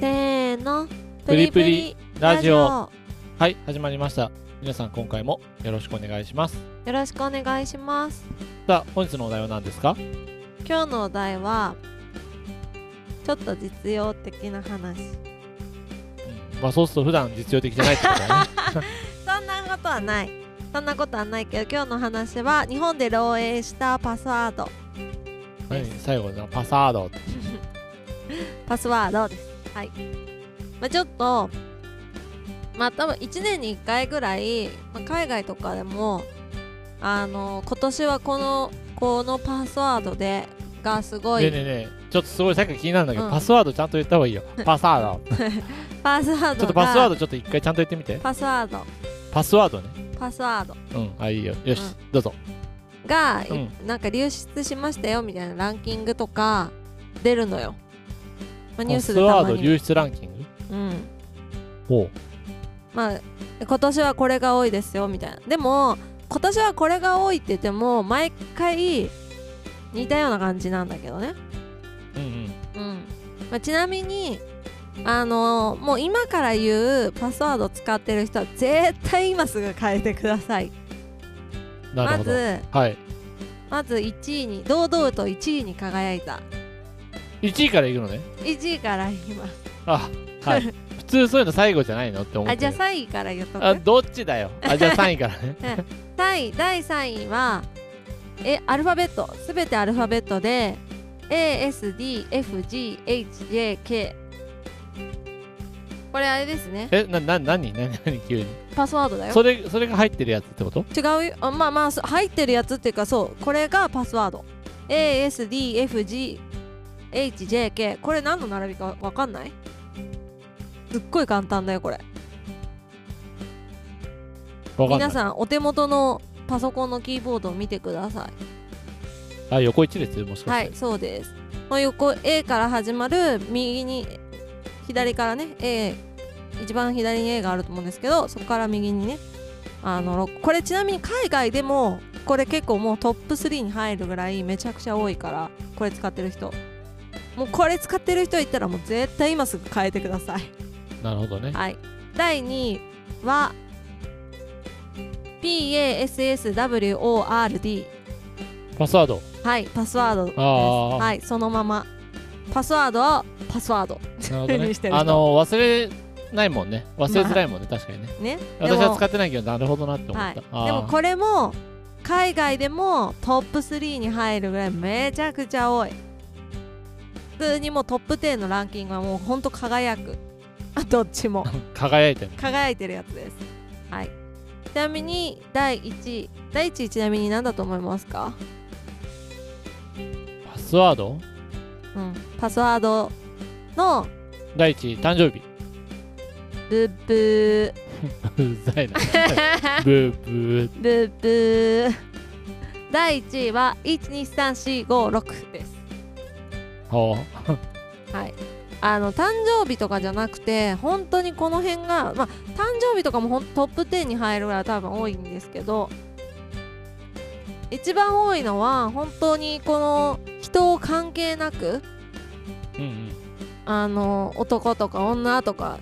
せーのプリプリラジオラはい始まりました皆さん今回もよろしくお願いしますジオよろしくお願いしますさあ本日のお題は何ですか今日のお題はちょっと実用的な話まあそうすると普段実用的じゃないってこと だねそんなことはないそんなことはないけど今日の話は日本で漏洩したパスワード何最後のパサードってパスワードですはい、まあ、ちょっとまあ多分1年に1回ぐらい、まあ、海外とかでもあの今年はこのこのパスワードでがすごいねえねえねえちょっとすごいさっき気になるんだけど、うんパスワードちゃんと言った方が いいよパサードパスワードがちょっとパスワードちょっと一回ちゃんと言ってみてパスワードパスワードねパスワードうんあいいよよし、うどうぞが、うんなんか流出しましたよみたいなランキングとか出るのよ、まあ、ニューパススでたワーまドに流出ランキングうんほまあ今年はこれが多いですよみたいなでも今年はこれが多いって言っても毎回似たような感じなんだけどねううんうんうん、まあ、ちなみにあのーもう今から言うパスワード使ってる人は絶対今すぐ変えてくださいなるまほど、ずはいまず1位に堂々と1位に輝いた1位からいくのね1位から言いますあはい 普通そういうの最後じゃないのって思ってあじゃある3位から言っとあくどっちだよあじゃあ3位からね第第3位はえアルファベットすべてアルファベットで ASDFGHJK これあれですねえなな何何何急にパスワードだよそれそれが入ってるやつってこと違うよあまあまあそ入ってるやつっていうかそうこれがパスワード ASDFGHJK これ何の並びかわかんないすっごい簡単だよこれわかんない皆さんお手元のパソコンのキーボードを見てくださいあ横一列もしかして、はい、そうです。この横 A から始まる右に左からね A 一番左に A があると思うんですけどそこから右にねあのろこれちなみに海外でもこれ結構もうトップ3に入るぐらいめちゃくちゃ多いからこれ使ってる人もうこれ使ってる人いたらもう絶対今すぐ変えてくださいなるほどねはい第2位は PASSWORD パスワ ードはい、パスワードです。あーはい、そのまま。パスワードはパスワード。なるほどねにしてる人あの忘れないもんね忘れづらいもんね、確かにねね。私は使っってないけどなるほどなって思った、あはい、でもこれも海外でもトップ3に入るぐらいめちゃくちゃ多い。普通にもうトップ10のランキングはもうほんと輝く。 あどっち もー輝いてる輝いてるやつです。はい。ちなみに第1位。第1位ちなみに何だと思いますかパスワードうん。パスワードの第一誕生日ブッブうざ いなー。ブーブーブーブー第1位は123456ですほはいあの誕生日とかじゃなくて本当にこの辺がまあ誕生日とかもほんトップ10に入るぐらい多分多いんですけど一番多いのは本当にこの人を関係なくううんうんあの男とか女とか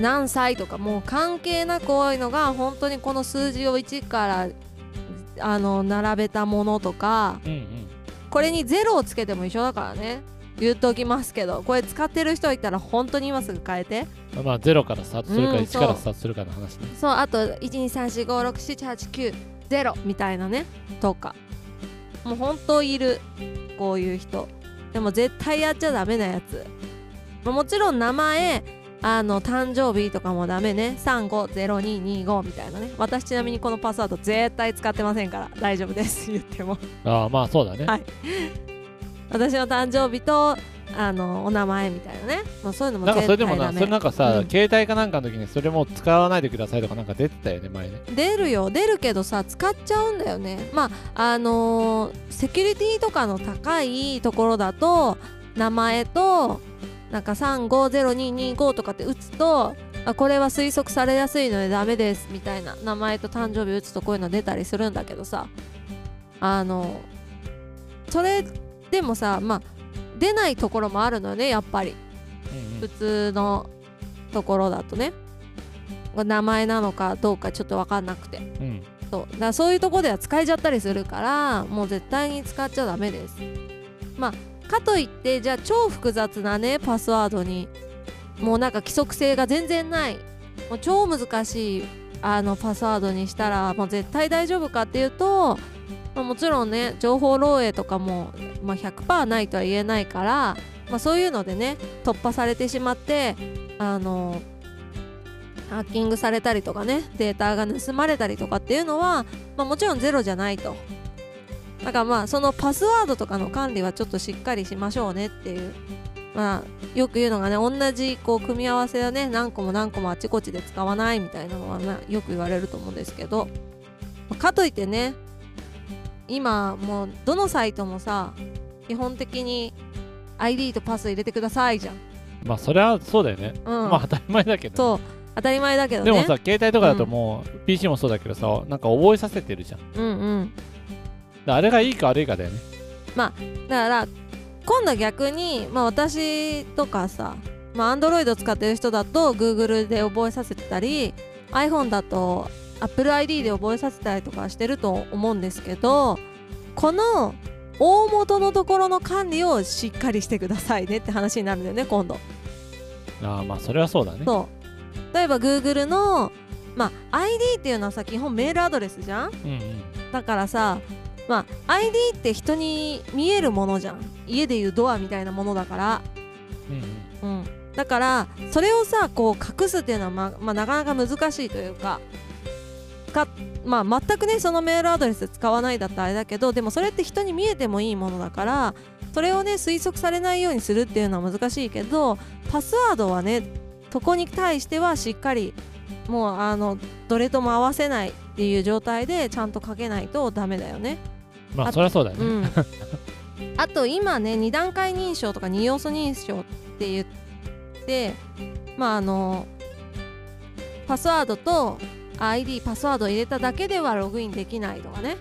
何歳とかもう関係なく多いのが本当にこの数字を1からあの並べたものとかうんうんこれにゼロをつけても一緒だからね言っときますけどこれ使ってる人いたら本当に今すぐ変えてまあ0からスタートするかうん1かそらうスタートするかの話ね、そうあと123456789みたいなねとかもう本当いるこういう人でも絶対やっちゃダメなやつまあもちろん名前あの誕生日とかもダメね350225みたいなね私ちなみにこのパスワード絶対使ってませんから大丈夫です言ってもああまあそうだね、はい私の誕生日とあのお名前みたいなね、まあ、そういうのもなんか絶それ対でダもメなそれなんかさ、うん携帯かなんかの時にそれもう使わないでくださいとかなんか出てたよね前ね出るよ出るけどさ使っちゃうんだよねまああのーセキュリティとかの高いところだと名前となんか350225とかって打つとあこれは推測されやすいのでダメですみたいな名前と誕生日打つとこういうの出たりするんだけどさあのそれでもさまあ出ないところもあるのよねやっぱりうんう普通んのところだとね名前なのかどうかちょっと分かんなくてうんそうだからそういうとこでは使えちゃったりするからもう絶対に使っちゃダメですまあかといってじゃあ超複雑なねパスワードにもうなんか規則性が全然ないもう超難しいあのパスワードにしたらもう絶対大丈夫かっていうと、まあもちろんね情報漏洩とかも、まあ、100%ないとは言えないから、まあ、そういうのでね突破されてしまってあのハッキングされたりとかねデータが盗まれたりとかっていうのは、まあ、もちろんゼロじゃないとだからまあそのパスワードとかの管理はちょっとしっかりしましょうねっていうまあよく言うのがね同じこう組み合わせをね何個も何個もあちこちで使わないみたいなのは、まあ、よく言われると思うんですけどまあかといってね今もうどのサイトもさ基本的に ID とパス入れてくださいじゃん。まあそれはそうだよね、うん、まあ当たり前だけどねそう当たり前だけどねでもさ携帯とかだともう、PC もそうだけどさなんか覚えさせてるじゃんだかうんうん、らあれがいいか悪いかだよねだから今度逆に、まあ、私とかさ、まあ、Android 使ってる人だと Google で覚えさせてたり iPhone だと AppleID で覚えさせたりとかしてると思うんですけどこの大元のところの管理をしっかりしてくださいねって話になるんだよね今度。ああまあそれはそうだねそう例えば Google の、まあ、ID っていうのはさ基本メールアドレスじゃんうんうんだからさまあ ID って人に見えるものじゃん家でいうドアみたいなものだから、うんうん、だからそれをさこう隠すっていうのは、ままあ、なかなか難しいというかか、まあ、全くねそのメールアドレス使わないだったらあれだけどでもそれって人に見えてもいいものだからそれをね推測されないようにするっていうのは難しいけどパスワードはねそこに対してはしっかりもうあのどれとも合わせないっていう状態でちゃんとかけないとダメだよね。うんまああそれはそうだようね、ん、あと今ね2段階認証とか2要素認証って言ってまああのパスワードと ID パスワードを入れただけではログインできないとかね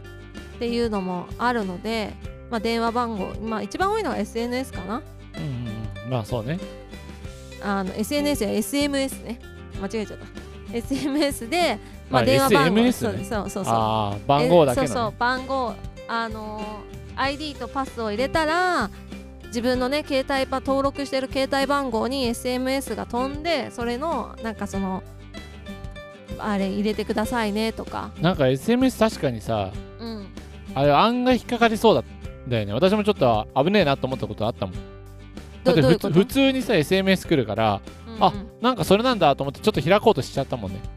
っていうのもあるので、まあ、電話番号、まあ、一番多いのが SNS かなうんうんうんまあそうねあの SNS や SMS ね間違えちゃった SMS で、まあ、あ電話番号 SMS ねそうそうそうそうああ番号だけの、えそね、うそう番号あのー ID とパスを入れたら自分のね携帯ば登録してる携帯番号に SMS が飛んでそれのなんかそのあれ入れてくださいねとかなんか SMS 確かにさうんあれ案外引っかかりそうだだよね私もちょっと危ねえなと思ったことあったもんどだってどういふうこつと普通にさ SMS 来るからあうんなんかそれなんだと思ってちょっと開こうとしちゃったもんうねん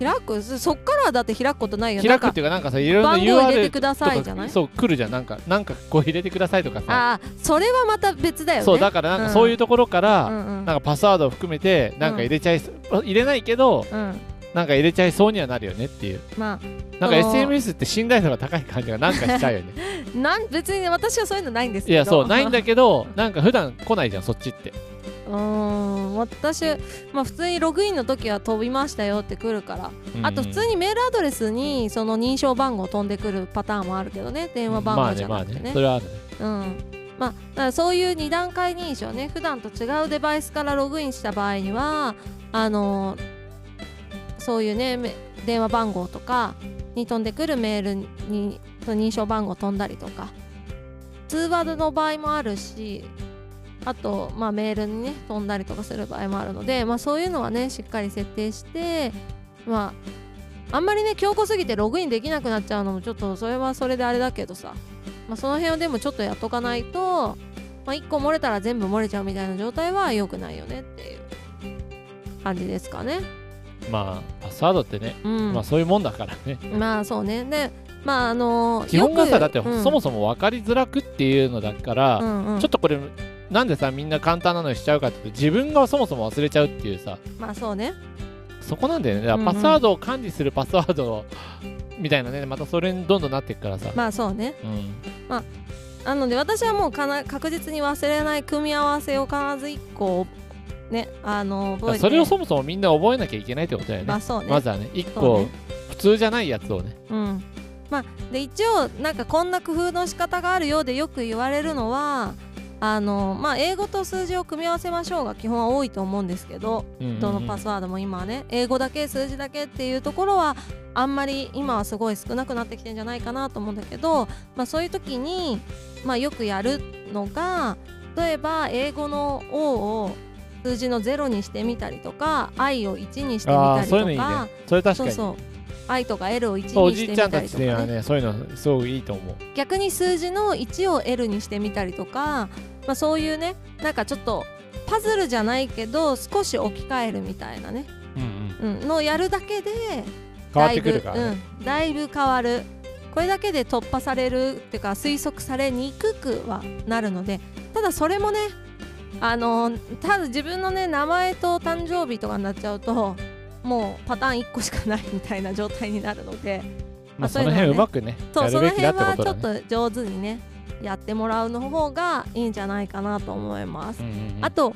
開くそそっからはだって開くことないよ開くなっんてかいうかなんかさいろんな番号入れて URL くだとさいじゃなかいそう来るじゃんなんかなんかこう入れてくださいとかさあーそれはまた別だよねそうだからなんかそういうところかうらんうんなんかパスワードを含めてなんか入れちゃいそう入れないけどうんなんか入れちゃいそうにはなるよねっていうまなんかその SMS って信頼度が高い感じがなんかしちゃ うよねあなん別に私はそういうのないんですいけどやそうないんだけどなんか普段来ないじゃんそっちってうーん私、まあ、普通にログインの時は飛びましたよって来るから、あと普通ににメールアドレスにその認証番号飛んでくるパターンもあるけどね電話番号じゃなくてね,、それはあるねうんまあ、だからそういう2段階認証ね普段と違うデバイスからログインした場合にはあのそういうねめ電話番号とかに飛んでくるメールにその認証番号飛んだりとか通話の場合もあるしあと、まあ、メールにね飛んだりとかする場合もあるので、まあ、そういうのはねしっかり設定してまああんまりね強固すぎてログインできなくなっちゃうのもちょっとそれはそれであれだけどさまあ、その辺をでもちょっとやっとかないと、まあ、1個漏れたら全部漏れちゃうみたいな状態は良くないよねっていう感じですかね。まあパスワードってねうん、ままあそういうもんだからねあ、そうね。で、まああの基本がさだってそそもそも分かりづらくっていうのだから、うんうんうんちょっとこれなんでさみんな簡単なのにしちゃうかっていうと自分がそもそも忘れちゃうっていうさまあそうね。そこなんだよねだうんかうらんパスワードを管理するパスワードをみたいなねまたそれにどんどんなっていくからさ、まあそうね。うん、なので私はもうかな確実に忘れない組み合わせを必ず1個ねあの覚だかえらてそれをそもそもみんな覚えなきゃいけないってことだよね,、まあまそうね。ずはね1そう個ね普通じゃないやつをねうんまあ、で一応なんかこんな工夫の仕方があるようでよく言われるのはあのまあ、英語と数字を組み合わせましょうが基本は多いと思うんですけどうんどのパスワードも今はね英語だけ数字だけっていうところはあんまり今はすごい少なくなってきてんじゃないかなと思うんだけど、まあ、そういう時に、まあ、よくやるのが例えば英語の「O」を数字の0にしてみたりとか「I」を1にしてみあたありそういうのいといかねそれ確かそうにそう「I」とか「L」を1にそうおしじていみちゃんたたりちとにか、はね、ねそういうのすごくいいと思う逆に数字の1を L にしてみたりとか、まあ、そういうねなんかちょっとパズルじゃないけど少し置き換えるみたいなね、うんうんうん、のをやるだけで変わってくるからだいねぶ,、うん、だいぶ変わるこれだけで突破されるっていうか推測されにくくはなるのでただそれもねあのただ自分のね名前と誕生日とかになっちゃうともうパターン1個しかないみたいな状態になるのでまあそそういうののはね辺うまくねそやうそるのべき辺だってはことちょだっねと上手にねやってもらうの方がいいんじゃないかなと思います。うんうんうんあと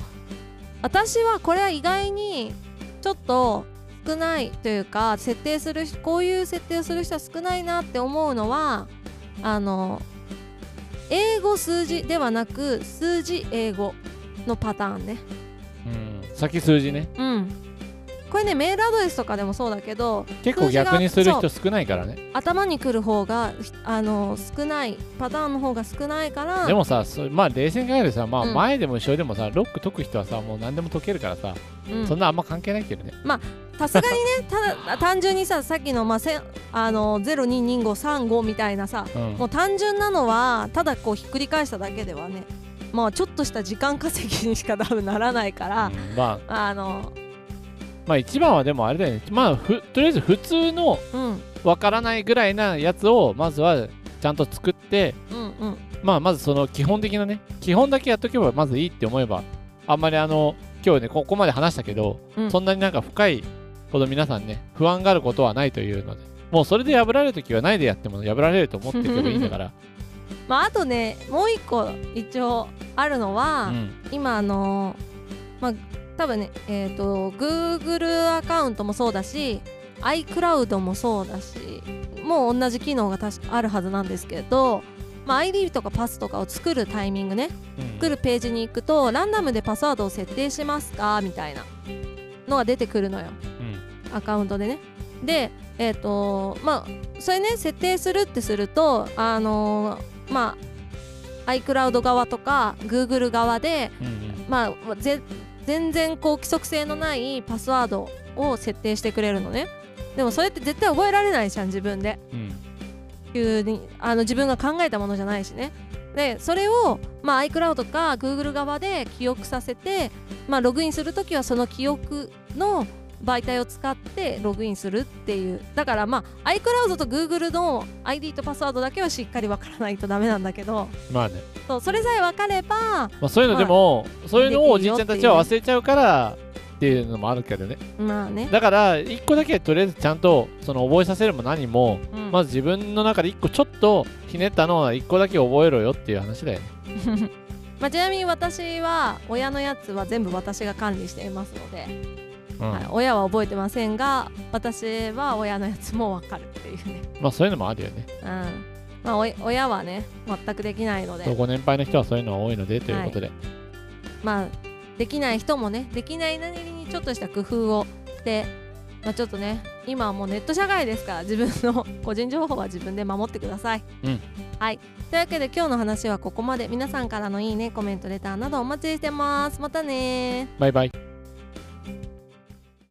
私はこれは意外にちょっと少ないというか設定する人こういう設定をする人は少ないなって思うのはあの英語数字ではなく数字英語のパターンね。うん先数字ねうんこれねメールアドレスとかでもそうだけど結構数字が逆にする人少ないからね頭にくる方がひあの少ないパターンの方が少ないからでもさそまあ冷静に考えるとさまあうん前でも後ろでもさロック解く人はさもう何でも解けるからさうんそんなあんま関係ないけどねさすがにねただ単純にささっきの,、まあ、せんあの0225335みたいなさうんもう単純なのはただこうひっくり返しただけではねまあちょっとした時間稼ぎにしか多分ならないから、うんまああのまあ一番はでもあれだよねまあふとりあえず普通のうんうんわからないぐらいなやつをまずはちゃんと作ってうんまあまずその基本的なね基本だけやっとけばまずいいって思えばあんまりあの今日ねここまで話したけど、うんそんなになんか深いほど皆さんね不安があることはないというのでもうそれで破られるときはないでやっても破られると思っていけばいいんだから、まああとねもう一個一応あるのは、うん今あのまあ多分ねえっ、と Google アカウントもそうだし iCloud もそうだしもう同じ機能が確かあるはずなんですけど、まあ、ID とかパスとかを作るタイミングねうん作るページに行くとランダムでパスワードを設定しますかみたいなのが出てくるのようんアカウントでね。でえっ、とまあそれね設定するってするとあのまあ iCloud 側とか Google 側でうんまあ、ぜ全然こう規則性のないパスワードを設定してくれるのねでもそれって絶対覚えられないじゃん自分でうん急にあの自分が考えたものじゃないしねでそれを、まあ、iCloud とか Google 側で記憶させて、まあ、ログインするときはその記憶の媒体を使ってログインするっていうだからまあ iCloud と Google の ID とパスワードだけはしっかりわからないとダメなんだけどまあね、そうそれさえ分かればまあ、そういうのでも、そういうのをおじいちゃんたちは忘れちゃうからっていうのもあるけどねまあね、だから一個だけとりあえずちゃんとその覚えさせるも何もうんまず自分の中で一個ちょっとひねったのは一個だけ覚えろよっていう話だよね。まあ、ちなみに私は親のやつは全部私が管理していますので、うんはい、親は覚えてませんが私は親のやつも分かるっていうね、まあそういうのもあるよね。うんまあ、おい親はね全くできないので、ご年配の人はそういうのが多いのでということで。まあ、できない人もねできないなりにちょっとした工夫をして、まあ、ちょっとね今はもうネット社会ですから自分の個人情報は自分で守ってください。うんはい、というわけで今日の話はここまで皆さんからのいいねコメントレターなどお待ちしてます。またねーバイバイ。